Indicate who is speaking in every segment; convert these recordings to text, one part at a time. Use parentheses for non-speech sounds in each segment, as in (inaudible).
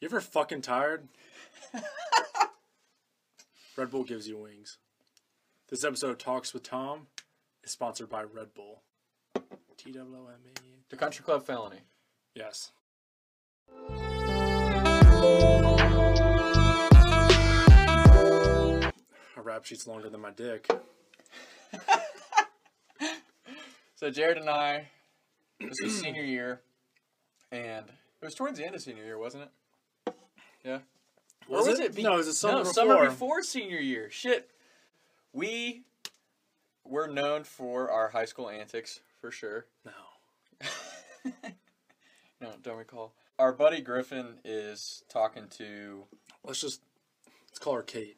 Speaker 1: You ever fucking tired? (laughs) Red Bull gives you wings. This episode of Talks with Tom is sponsored by Red Bull. T W O M E.
Speaker 2: The Country Club Felony.
Speaker 1: Yes. A rap sheet's longer than my dick.
Speaker 2: So Jared and I, this was senior year, and it was towards the end of senior year, wasn't it? Yeah. Or
Speaker 1: Was it?
Speaker 2: be-
Speaker 1: No, it was the summer
Speaker 2: no, summer
Speaker 1: before.
Speaker 2: before senior year. Shit. We were known for our high school antics for sure.
Speaker 1: No.
Speaker 2: No, don't recall. Our buddy Griffin is talking to
Speaker 1: Let's just let's call her Kate.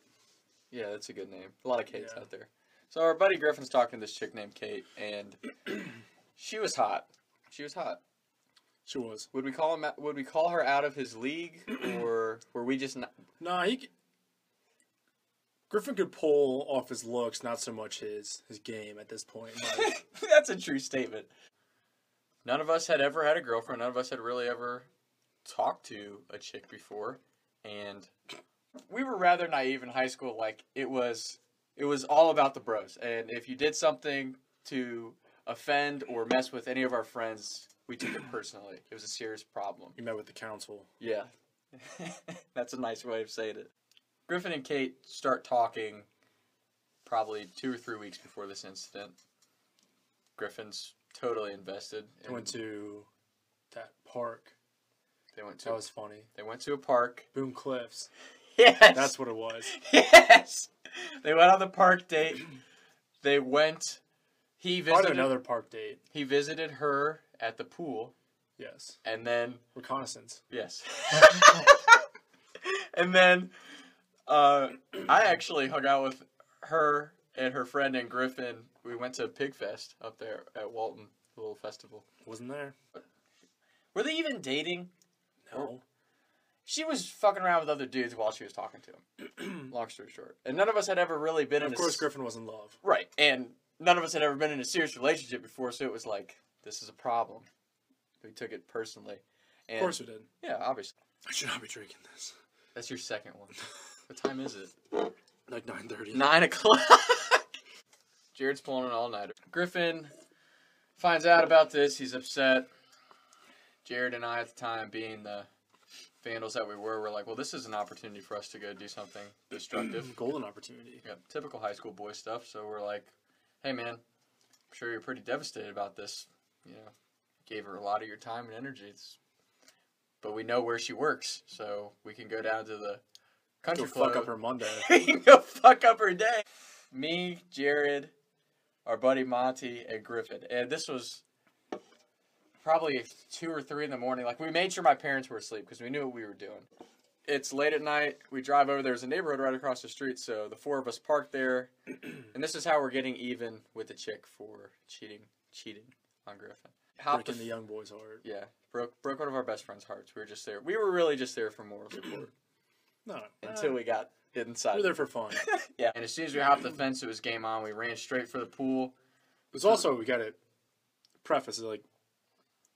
Speaker 2: Yeah, that's a good name. A lot of Kates
Speaker 1: Yeah.
Speaker 2: out there. So our buddy Griffin's talking to this chick named Kate, and (clears throat) she was hot. She was hot.
Speaker 1: She was.
Speaker 2: Would we call him? out- Would we call her out of his league, or were we just? Not,
Speaker 1: Nah, he. c- Griffin could pull off his looks, not so much his his game at this point. (laughs) Like,
Speaker 2: (laughs) that's a true statement. None of us had ever had a girlfriend. None of us had really ever talked to a chick before, and we were rather naive in high school. Like it was, it was all about the bros. And if you did something to offend or mess with any of our friends, we took it personally. It was a serious problem.
Speaker 1: he met with the council.
Speaker 2: Yeah. (laughs) That's a nice way of saying it. Griffin and Kate start talking probably two or three weeks before this incident. Griffin's totally invested.
Speaker 1: They went to that park.
Speaker 2: They went to.
Speaker 1: That was funny.
Speaker 2: they went to a park.
Speaker 1: Boom Cliffs.
Speaker 2: Yes.
Speaker 1: That's what it was.
Speaker 2: (laughs) yes. They went on the park date. They went. He
Speaker 1: Probably
Speaker 2: visited.
Speaker 1: another park date.
Speaker 2: He visited her at the pool,
Speaker 1: Yes.
Speaker 2: and then
Speaker 1: Reconnaissance.
Speaker 2: Yes. (laughs) and then uh, I actually hung out with her and her friend and Griffin. We went to Pig Fest up there at Walton, the little festival.
Speaker 1: Wasn't there?
Speaker 2: Were they even dating?
Speaker 1: No.
Speaker 2: She was fucking around with other dudes while she was talking to (clears throat) him. Long story short, and none of us had ever really been in.
Speaker 1: Of
Speaker 2: a
Speaker 1: course,
Speaker 2: s-
Speaker 1: Griffin was in love.
Speaker 2: Right, and none of us had ever been in a serious relationship before, so it was like this is a problem. We took it personally. And,
Speaker 1: Of course, we did.
Speaker 2: Yeah, obviously.
Speaker 1: I should not be drinking this.
Speaker 2: That's your second (laughs) one. What time is it?
Speaker 1: Like nine thirty.
Speaker 2: Nine o'clock. (laughs) Jared's pulling an all nighter. Griffin finds out about this. He's upset. Jared and I, at the time, being the vandals that we were, were like, well, this is an opportunity for us to go do something destructive.
Speaker 1: Golden opportunity.
Speaker 2: yeah, typical high school boy stuff. So we're like, hey, man, I'm sure you're pretty devastated about this. You know, gave her a lot of your time and energy. It's, but we know where she works, so we can go down to the country
Speaker 1: Go fuck
Speaker 2: club
Speaker 1: up her Monday.
Speaker 2: you (laughs) go fuck up her day. Me, Jared, our buddy Monty, and Griffin. And this was probably two or three in the morning. Like we made sure my parents were asleep because we knew what we were doing. It's late at night. We drive over. There's a neighborhood right across the street, so the four of us
Speaker 1: (clears throat)
Speaker 2: park there. and this is how we're getting even with the chick for cheating, cheating on Griffin. Hopped
Speaker 1: Breaking the young boy's heart.
Speaker 2: yeah, broke broke one of our best friends' hearts. We were just there. We were really just there for
Speaker 1: (clears throat)
Speaker 2: moral support
Speaker 1: No.
Speaker 2: until we got inside.
Speaker 1: We're there for fun. It
Speaker 2: Yeah. And as soon as we hopped the fence, it was game on. We ran straight for the pool.
Speaker 1: was also we got to preface it like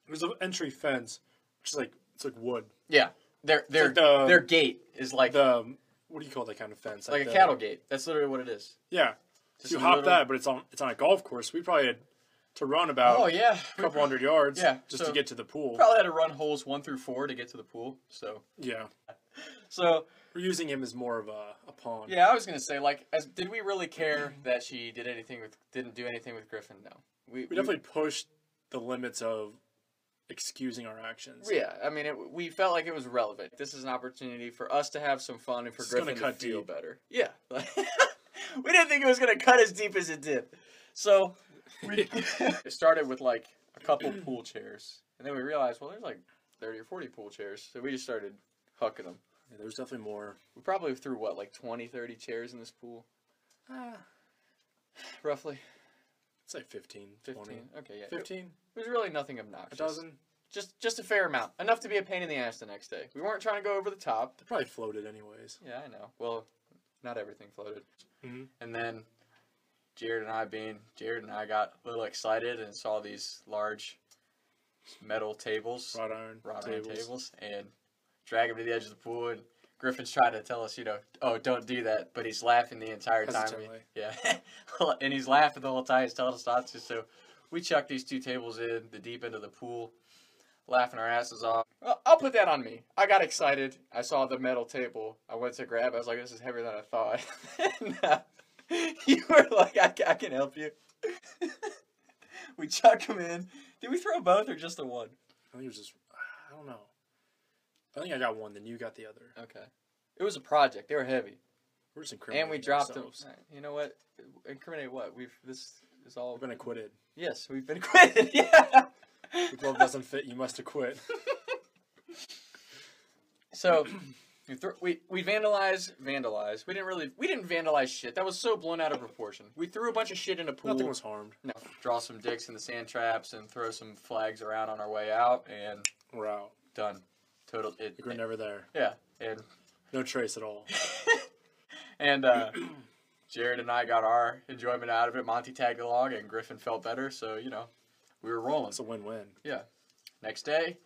Speaker 1: there's an entry fence, which is like it's like wood.
Speaker 2: Yeah. Their their
Speaker 1: like the-
Speaker 2: their gate is like
Speaker 1: The um, what do you call that kind of fence?
Speaker 2: like a
Speaker 1: the-
Speaker 2: cattle gate. That's literally what it is.
Speaker 1: Yeah.
Speaker 2: Just
Speaker 1: you
Speaker 2: a
Speaker 1: hop
Speaker 2: little-
Speaker 1: that, but it's on it's on a golf course. We probably had to run about
Speaker 2: Oh yeah.
Speaker 1: a couple hundred yards
Speaker 2: Yeah,
Speaker 1: just
Speaker 2: so-
Speaker 1: to get to the pool.
Speaker 2: We probably had to run holes one through four to get to the pool. So
Speaker 1: Yeah.
Speaker 2: so
Speaker 1: We're using him as more of a, a pawn.
Speaker 2: yeah, I was gonna say like, as, did we really care that she did anything with didn't do anything with Griffin? No. We,
Speaker 1: We definitely pushed the limits of excusing our actions.
Speaker 2: yeah, I mean, it, we felt like it was relevant. This is an opportunity for us to have some fun and for
Speaker 1: It's gonna
Speaker 2: Griffin to
Speaker 1: cut
Speaker 2: feel
Speaker 1: deep.
Speaker 2: better. Yeah, (laughs) we didn't think it was gonna cut as deep as it did. So
Speaker 1: (laughs)
Speaker 2: it started with like a couple pool chairs, and then we realized, well, there's like thirty or forty pool chairs, so we just started hucking them.
Speaker 1: Yeah, There's definitely more.
Speaker 2: We probably threw what like 20, 30 chairs in this pool,
Speaker 1: Ah,
Speaker 2: roughly
Speaker 1: I'd say 15,
Speaker 2: 15.
Speaker 1: 20.
Speaker 2: Okay, yeah, it,
Speaker 1: 15?
Speaker 2: it was really nothing
Speaker 1: A
Speaker 2: obnoxious.
Speaker 1: dozen?
Speaker 2: Just just a fair amount, enough to be a pain in the ass the next day. We weren't trying to go over the top.
Speaker 1: They probably floated anyways.
Speaker 2: Yeah, I know. Well, not everything floated.
Speaker 1: Mhm.
Speaker 2: And then Jared and I, being Jared and I, got a little excited and saw these large metal tables,
Speaker 1: Wrought iron
Speaker 2: wrought iron
Speaker 1: tables.
Speaker 2: tables, and drag him to the edge of the pool, and Griffin's trying to tell us, you know, oh, don't do that, but he's laughing the entire time.
Speaker 1: Hesitantly.
Speaker 2: Yeah, (laughs) and he's laughing the whole time. He's telling us not to. So we chuck these two tables in the deep end of the pool, laughing our asses off. Well, I'll put that on me. I got excited. I saw the metal table. I went to grab. it. I was like, this is heavier than I thought. (laughs) And, uh, you were like, I, ca- I can help you. (laughs) we chuck him in. Did we throw both or just the one?
Speaker 1: I think it was just I don't know. I think I got one, then you got the other.
Speaker 2: Okay. It was a project. They were heavy.
Speaker 1: We're just incriminating
Speaker 2: and we dropped them.
Speaker 1: ourselves.
Speaker 2: You know what? Incriminate what? We've this is all.
Speaker 1: We've been acquitted.
Speaker 2: yes, we've been (laughs) acquitted. yeah.
Speaker 1: The glove doesn't fit. You must
Speaker 2: (laughs)
Speaker 1: acquit.
Speaker 2: So we, thro- we we vandalized, vandalized. We didn't really we didn't vandalize shit. That was so blown out of proportion. We threw a bunch of shit in a pool.
Speaker 1: Nothing was harmed.
Speaker 2: No. Draw some dicks in the sand traps and throw some flags around on our way out and
Speaker 1: We're out.
Speaker 2: done. Total. It,
Speaker 1: Like we're never there.
Speaker 2: yeah. And
Speaker 1: No trace at
Speaker 2: (laughs)
Speaker 1: all.
Speaker 2: and uh, (clears throat) Jared and I got our enjoyment out of it. Monty tagged along, and Griffin felt better. So you know, we were rolling.
Speaker 1: It's a win-win.
Speaker 2: Next day,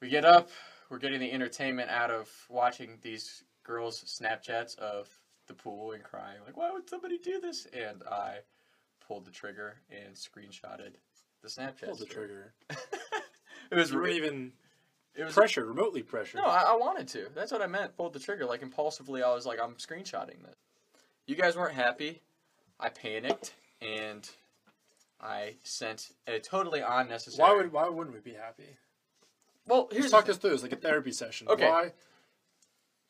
Speaker 2: we get up. We're getting the entertainment out of watching these girls' Snapchats of the pool and crying, like, why would somebody do this? And I pulled the trigger and screenshotted the Snapchat.
Speaker 1: Pull the trigger.
Speaker 2: It was,
Speaker 1: You weren't
Speaker 2: re-
Speaker 1: even
Speaker 2: it was
Speaker 1: pressure, remotely pressure.
Speaker 2: No, I, I wanted to. That's what I meant. Pulled the trigger. Like impulsively, I was like, I'm screenshotting this. You guys weren't happy. I panicked and I sent a totally unnecessary.
Speaker 1: why would why wouldn't we be happy?
Speaker 2: well? Here's
Speaker 1: Let's
Speaker 2: the
Speaker 1: talk
Speaker 2: thing.
Speaker 1: this through. It's like a therapy session.
Speaker 2: Okay.
Speaker 1: Why?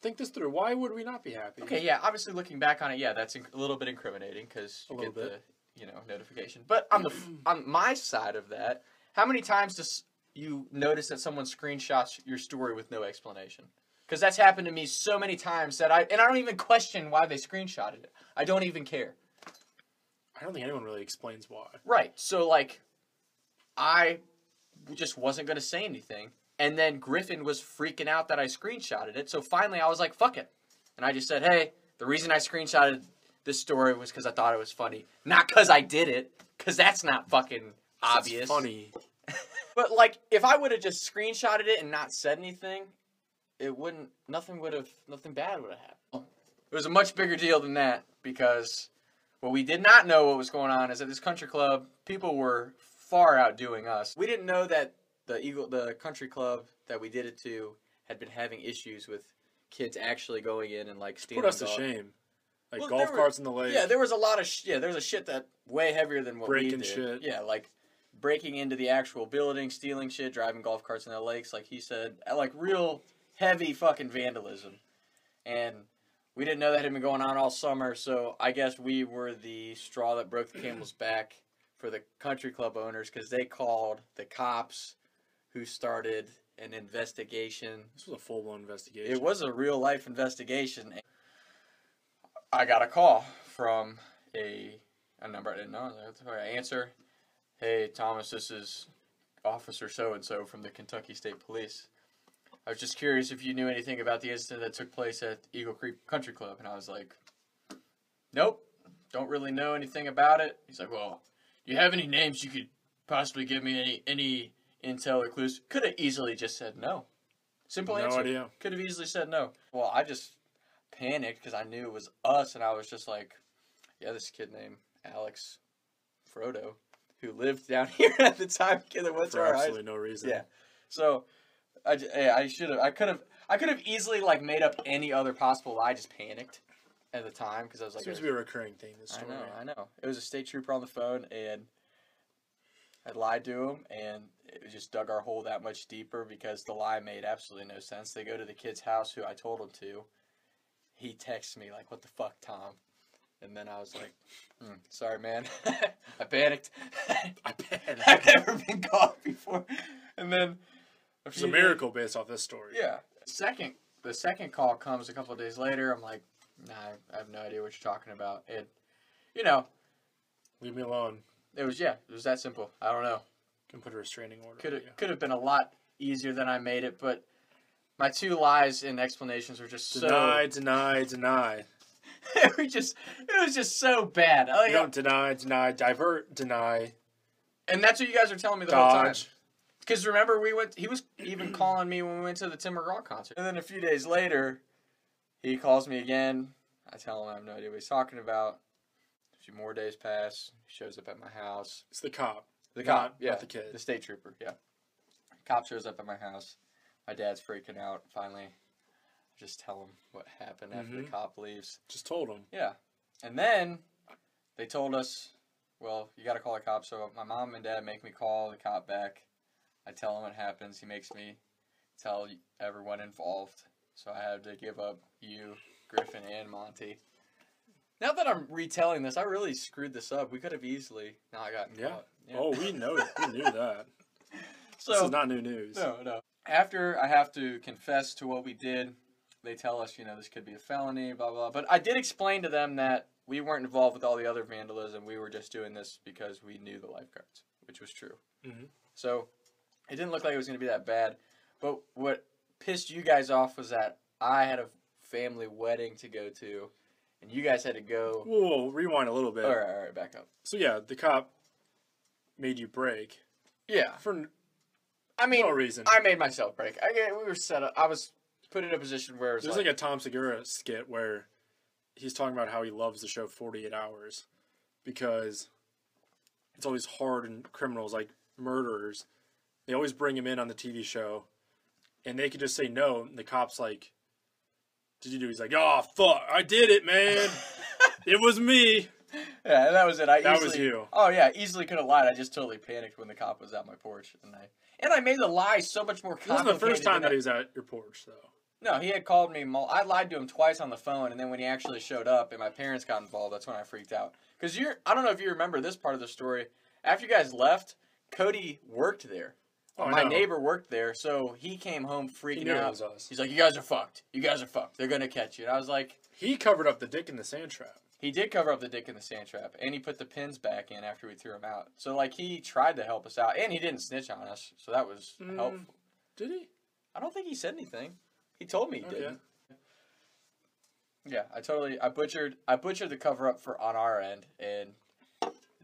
Speaker 1: Think this through. Why would we not be happy?
Speaker 2: Okay, yeah. Obviously, looking back on it, yeah, that's inc- a little bit incriminating because
Speaker 1: A
Speaker 2: you
Speaker 1: little
Speaker 2: get the you know notification. But on the
Speaker 1: (clears throat)
Speaker 2: f- on my side of that, how many times does you notice that someone screenshots your story with no explanation? Because that's happened to me so many times that I and I don't even question why they screenshotted it. I don't even care.
Speaker 1: I don't think anyone really explains why.
Speaker 2: Right. So like, I just wasn't gonna say anything, and then Griffin was freaking out that I screenshotted it. So finally, I was like, "Fuck it," and I just said, "Hey, the reason I screenshotted this story was because I thought it was funny, not because I did it, because that's not fucking obvious."
Speaker 1: It's funny.
Speaker 2: But like, if I would have just screenshotted it and not said anything, it wouldn't. Nothing would have. Nothing bad would have happened. It was a much bigger deal than that because what we did not know what was going on is that this country club people were far outdoing us. We didn't know that the eagle, the country club that we did it to, had been having issues with kids actually going in and like stealing.
Speaker 1: Put us to
Speaker 2: dog-
Speaker 1: shame. Like
Speaker 2: Well,
Speaker 1: golf
Speaker 2: there were-
Speaker 1: carts in the lake.
Speaker 2: yeah, there was a lot of sh- yeah, there was a shit that way heavier than what
Speaker 1: Breaking
Speaker 2: we did.
Speaker 1: shit.
Speaker 2: Yeah, like breaking into the actual building, stealing shit, driving golf carts in the lakes, like he said, uh, like real heavy fucking vandalism. And we didn't know that had been going on all summer, so I guess we were the straw that broke the
Speaker 1: (clears throat)
Speaker 2: camel's back for the country club owners because they called the cops, who started an investigation
Speaker 1: This was a full blown investigation.
Speaker 2: it was a real life investigation. I got a call from a a number I didn't know. That's why I answer. Hey Thomas, this is Officer So and So from the Kentucky State Police. I was just curious if you knew anything about the incident that took place at Eagle Creek Country Club, and I was like, Nope, don't really know anything about it. He's like, Well, do you have any names you could possibly give me any any intel or clues? Could have easily just said no. Simple
Speaker 1: no
Speaker 2: answer.
Speaker 1: idea.
Speaker 2: Could have easily said no. Well, I just panicked because I knew it was us, and I was just like, yeah, this kid named Alex Frodo, who lived down (laughs) here at the time, kid that went to
Speaker 1: for
Speaker 2: our high
Speaker 1: absolutely no reason.
Speaker 2: Yeah. So, I, j- yeah, I should have, I could have, I could have easily like made up any other possible lie. I just panicked at the time because I was like,
Speaker 1: Seems to be a recurring thing. This
Speaker 2: I
Speaker 1: story.
Speaker 2: know, I know. It was a state trooper on the phone, and I lied to him, and it just dug our hole that much deeper because the lie made absolutely no sense. They go to the kid's house, who I told him to. He texts me like, "What the fuck, Tom?" And then I was like, "Hmm, "Sorry, man. (laughs) I panicked. (laughs)
Speaker 1: I bet.
Speaker 2: I've never been caught before." And then a
Speaker 1: It's
Speaker 2: few
Speaker 1: a
Speaker 2: days-
Speaker 1: miracle based off this story.
Speaker 2: yeah. Second, the second call comes a couple of days later. I'm like, "Nah, I- I have no idea what you're talking about." It, you know,
Speaker 1: Leave me alone.
Speaker 2: It was yeah, it was that simple. I don't know.
Speaker 1: Can put a restraining order.
Speaker 2: Could
Speaker 1: on
Speaker 2: have
Speaker 1: you.
Speaker 2: could have been a lot easier than I made it, but my two lies and explanations were just
Speaker 1: Deny, deny,
Speaker 2: (laughs)
Speaker 1: deny.
Speaker 2: so (laughs) it was just it was just so bad. Oh,
Speaker 1: You
Speaker 2: yeah.
Speaker 1: don't deny, deny, divert, deny,
Speaker 2: And that's what you guys were telling me the whole time.
Speaker 1: dodge,
Speaker 2: Because remember, we went. He was (clears throat) even calling me when we went to the Tim McGraw concert, and then a few days later, he calls me again. I tell him I have no idea what he's talking about. A few more days pass. He shows up at my house.
Speaker 1: It's the cop.
Speaker 2: The
Speaker 1: Not-
Speaker 2: cop,
Speaker 1: not
Speaker 2: yeah,
Speaker 1: the kid.
Speaker 2: the state trooper, yeah. Cop shows up at my house. My dad's freaking out. Finally, I just tell him what happened after the
Speaker 1: Mhm.
Speaker 2: cop leaves.
Speaker 1: Just told him.
Speaker 2: Yeah, and then they told us, well, you got to call the cop. So my mom and dad make me call the cop back. I tell him what happens. He makes me tell everyone involved. So I had to give up you, Griffin, and Monty. Now that I'm retelling this, I really screwed this up. We could have easily not gotten
Speaker 1: Yeah.
Speaker 2: caught.
Speaker 1: Oh, we know. we knew
Speaker 2: (laughs)
Speaker 1: that.
Speaker 2: so
Speaker 1: this is not new news.
Speaker 2: no, no. After I have to confess to what we did, they tell us, you know, this could be a felony, blah, blah. But I did explain to them that we weren't involved with all the other vandalism. We were just doing this because we knew the lifeguards, which was true.
Speaker 1: Mhm.
Speaker 2: So it didn't look like it was going to be that bad. But what pissed you guys off was that I had a family wedding to go to, and you guys had to go.
Speaker 1: Whoa, whoa, rewind a little bit.
Speaker 2: All right, all right, back up.
Speaker 1: So yeah, the cop made you break
Speaker 2: Yeah.
Speaker 1: for n-
Speaker 2: I mean,
Speaker 1: no reason.
Speaker 2: I made myself break. I, we were set up. I was put in a position where it was
Speaker 1: There's
Speaker 2: like
Speaker 1: like a Tom Segura skit where he's talking about how he loves the show 48 Hours because it's always hard and criminals like murderers. They always bring him in on the TV show and they could just say no. And the cop's like, Did you do? He's like, Oh, fuck. I did it,
Speaker 2: (laughs)
Speaker 1: man. it was me.
Speaker 2: Yeah, that was it. I
Speaker 1: That
Speaker 2: easily,
Speaker 1: was you.
Speaker 2: Oh yeah, easily could have lied. I just totally panicked when the cop was out my porch, and I and I made the lie so much more
Speaker 1: It wasn't
Speaker 2: complicated.
Speaker 1: the first time
Speaker 2: than
Speaker 1: that
Speaker 2: I-
Speaker 1: he was at your porch, though.
Speaker 2: No, he had called me. mul- I lied to him twice on the phone, and then when he actually showed up and my parents got involved, that's when I freaked out. Cause you're, I don't know if you remember this part of the story. After you guys left, Cody worked there.
Speaker 1: Oh, I
Speaker 2: my
Speaker 1: know.
Speaker 2: neighbor worked there, so he came home
Speaker 1: He
Speaker 2: freaking
Speaker 1: knew it
Speaker 2: out.
Speaker 1: was us.
Speaker 2: He's like, "You guys are fucked. You guys are fucked. They're gonna catch you." And I was like,
Speaker 1: He covered up the dick in the sand trap.
Speaker 2: He did cover up the dick in the sand trap, and he put the pins back in after we threw him out. So like he tried to help us out, and he didn't snitch on us, so that was
Speaker 1: Mm.
Speaker 2: helpful.
Speaker 1: Did he?
Speaker 2: I don't think he said anything. He told me he
Speaker 1: Okay.
Speaker 2: didn't. Yeah, I totally I butchered I butchered the cover up for on our end, and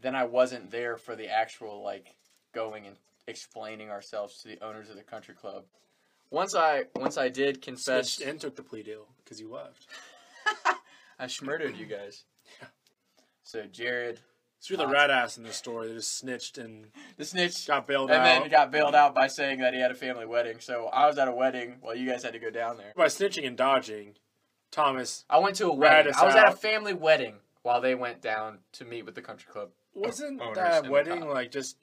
Speaker 2: then I wasn't there for the actual like going and explaining ourselves to the owners of the country club. Once I once I did confess,
Speaker 1: Snitched and took the plea deal because you left.
Speaker 2: I schmurdered you guys.
Speaker 1: Yeah.
Speaker 2: So Jared,
Speaker 1: So you're the
Speaker 2: Not-
Speaker 1: rat ass in this story. They just snitched and
Speaker 2: the snitch
Speaker 1: got bailed
Speaker 2: and
Speaker 1: out.
Speaker 2: then got bailed out by saying that he had a family wedding. So I was at a wedding while you guys had to go down there.
Speaker 1: By snitching and dodging, Thomas
Speaker 2: I went to a
Speaker 1: Rat
Speaker 2: wedding.
Speaker 1: us
Speaker 2: I was at a
Speaker 1: out.
Speaker 2: family wedding while they went down to meet with the country club.
Speaker 1: wasn't
Speaker 2: owners and
Speaker 1: that
Speaker 2: the
Speaker 1: wedding
Speaker 2: cop.
Speaker 1: like just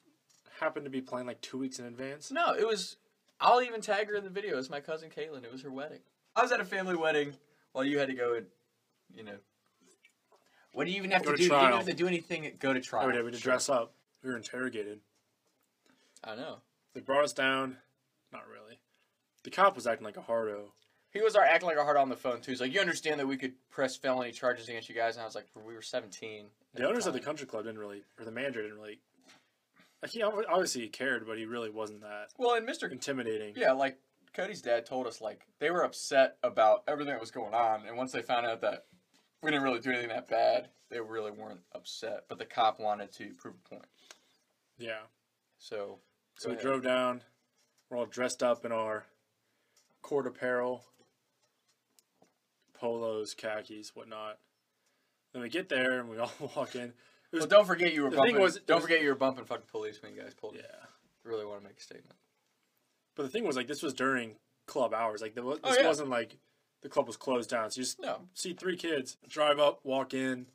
Speaker 1: happened to be planned like two weeks in advance?
Speaker 2: No, it was. I'll even tag her in the video. It was my cousin Caitlin. It was her wedding. I was at a family wedding while you had to go and, you know. What do you even have
Speaker 1: Go
Speaker 2: to
Speaker 1: to
Speaker 2: do? You didn't
Speaker 1: trial.
Speaker 2: have to do anything. Go to
Speaker 1: Oh,
Speaker 2: trial.
Speaker 1: we did. We did dress up. We were interrogated.
Speaker 2: I know.
Speaker 1: They brought us down. Not really. The cop was acting like a hardo.
Speaker 2: He was our acting like a hard on the phone too. He's like, you understand that we could press felony charges against you guys, and I was like, we were seventeen. at
Speaker 1: The owners of the
Speaker 2: time.
Speaker 1: country club didn't really, or the manager didn't really. Like he ob- obviously he cared, but he really wasn't that
Speaker 2: Well, and Mr.
Speaker 1: intimidating.
Speaker 2: Yeah, like Cody's dad told us, like they were upset about everything that was going on, and once they found out that we didn't really do anything that bad, they really weren't upset. But the cop wanted to prove a point,
Speaker 1: Yeah.
Speaker 2: so
Speaker 1: So
Speaker 2: Go
Speaker 1: we
Speaker 2: ahead.
Speaker 1: drove down. We're all dressed up in our court apparel, polos, khakis, whatnot. Then we get there and we (laughs) all walk in.
Speaker 2: well, don't forget you were
Speaker 1: the thing
Speaker 2: bumping.
Speaker 1: was- it
Speaker 2: don't
Speaker 1: was-
Speaker 2: forget you were bumping fucking police when you guys pulled.
Speaker 1: Yeah.
Speaker 2: Yeah, really want to make a statement.
Speaker 1: But the thing was, like, this was during club hours. Like, there was,
Speaker 2: Oh,
Speaker 1: this
Speaker 2: yeah.
Speaker 1: wasn't like the club was closed down. So you just
Speaker 2: No,
Speaker 1: see three kids drive up, walk in,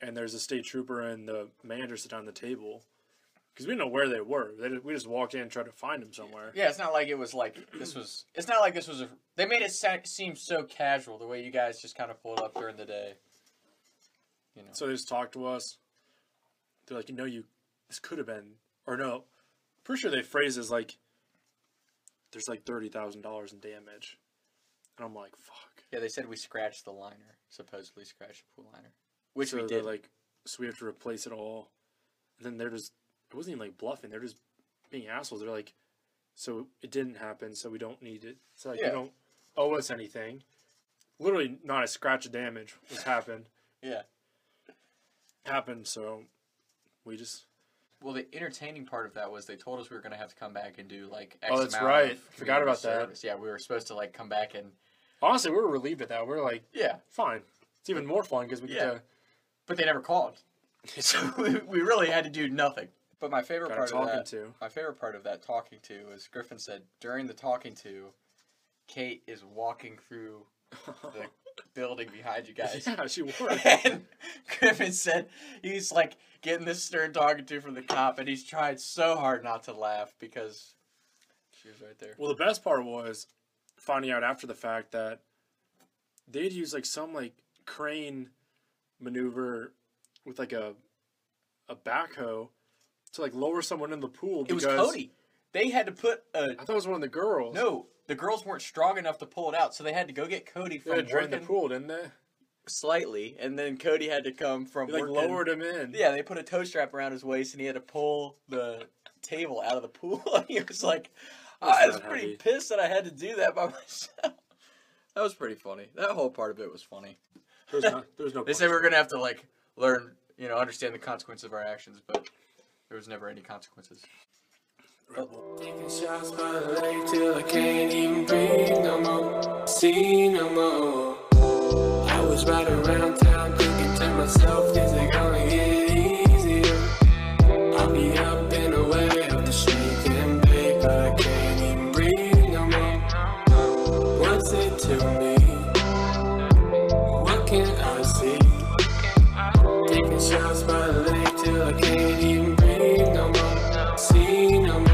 Speaker 1: and there's a state trooper and the manager sit down at the table. Because we didn't know where they were. They, we just walked in and tried to find them somewhere.
Speaker 2: yeah, it's not like it was like this was. It's not like this was a. They made it se- seem so casual the way you guys just kind of pulled up during the day. You know.
Speaker 1: So they just talked to us. They're like, no, you, this could have been, or no, pretty sure they phrase is like, there's like thirty thousand dollars in damage, and I'm like, fuck.
Speaker 2: Yeah, they said we scratched the liner, supposedly scratched the pool liner, which
Speaker 1: so
Speaker 2: we
Speaker 1: they're
Speaker 2: did.
Speaker 1: Like, so we have to replace it all. And then they're just, it wasn't even like bluffing. They're just being assholes. They're like, so it didn't happen, so we don't need it. So like,
Speaker 2: Yeah.
Speaker 1: you don't owe us anything. Literally, not a scratch of damage was happened.
Speaker 2: Yeah.
Speaker 1: Happened. So we just
Speaker 2: Well, the entertaining part of that was they told us we were going to have to come back and do like X
Speaker 1: Oh, that's
Speaker 2: amount
Speaker 1: right.
Speaker 2: of
Speaker 1: Forgot
Speaker 2: community
Speaker 1: about that.
Speaker 2: service. Yeah, we were supposed to like come back and
Speaker 1: Honestly, we were relieved at that. We were like,
Speaker 2: yeah,
Speaker 1: fine. It's even more fun because we get
Speaker 2: Yeah. but they never called, (laughs) so we, we really had to do nothing. But my favorite
Speaker 1: to got
Speaker 2: part of
Speaker 1: talking
Speaker 2: that, (laughs)
Speaker 1: to.
Speaker 2: my favorite part of that talking to is Griffin said during the talking to, Kate is walking through the building behind you guys.
Speaker 1: (laughs)
Speaker 2: (laughs)
Speaker 1: yeah, she worked.
Speaker 2: And Griffin said he's like getting this stern talking to from the cop, and he's tried so hard not to laugh because she was right there.
Speaker 1: Well, the best part was finding out after the fact that they'd use like some like crane maneuver with like a a backhoe to like lower someone in the pool.
Speaker 2: It was Cody. They had to put a
Speaker 1: I thought it was one of the girls.
Speaker 2: no. The girls weren't strong enough to pull it out, so they had to go get
Speaker 1: they
Speaker 2: Cody from
Speaker 1: had drained the
Speaker 2: working
Speaker 1: pool, didn't they?
Speaker 2: slightly, and then Cody had to come from
Speaker 1: They like
Speaker 2: working-
Speaker 1: lowered him in.
Speaker 2: Yeah, they put a toe strap around his waist, and he had to pull the table out of the pool. (laughs) and he was like, "Ah,
Speaker 1: That's
Speaker 2: "I was
Speaker 1: not
Speaker 2: pretty
Speaker 1: heavy.
Speaker 2: pissed that I had to do that by (laughs) myself." That was pretty funny. That whole part of it was funny.
Speaker 1: There was no. There was no
Speaker 2: (laughs) They said we were gonna have to like learn, you know, understand the consequences of our actions, but there was never any consequences.
Speaker 3: Taking shots by the lake till I can't even breathe no more, see no more. I was right around town thinking to myself, is it gonna get easier? I'll be up and away of the shaking bay, but I can't even breathe no more. What's it to me? What can I see? Taking shots by the lake till I can't even breathe no more, see no more.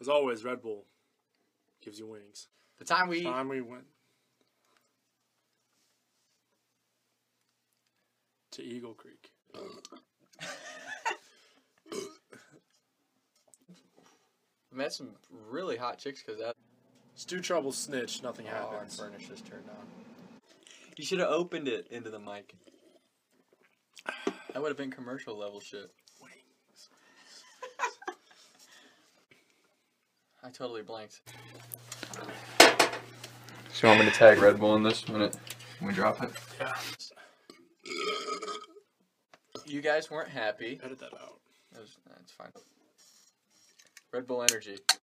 Speaker 1: As always, Red Bull gives you wings.
Speaker 2: The time we
Speaker 1: Time we went to Eagle Creek.
Speaker 2: met some really hot chicks because that
Speaker 1: Stu Trouble snitched. Nothing
Speaker 2: hard
Speaker 1: happens.
Speaker 2: furnace just turned on. Oh, You should have opened it into the mic. That would have been commercial level shit. (laughs) I totally blanked. So you want me to tag Red Bull in this minute when we drop it?
Speaker 1: Yeah.
Speaker 2: You guys weren't happy.
Speaker 1: Edit that out.
Speaker 2: That's, that's fine. Red Bull Energy.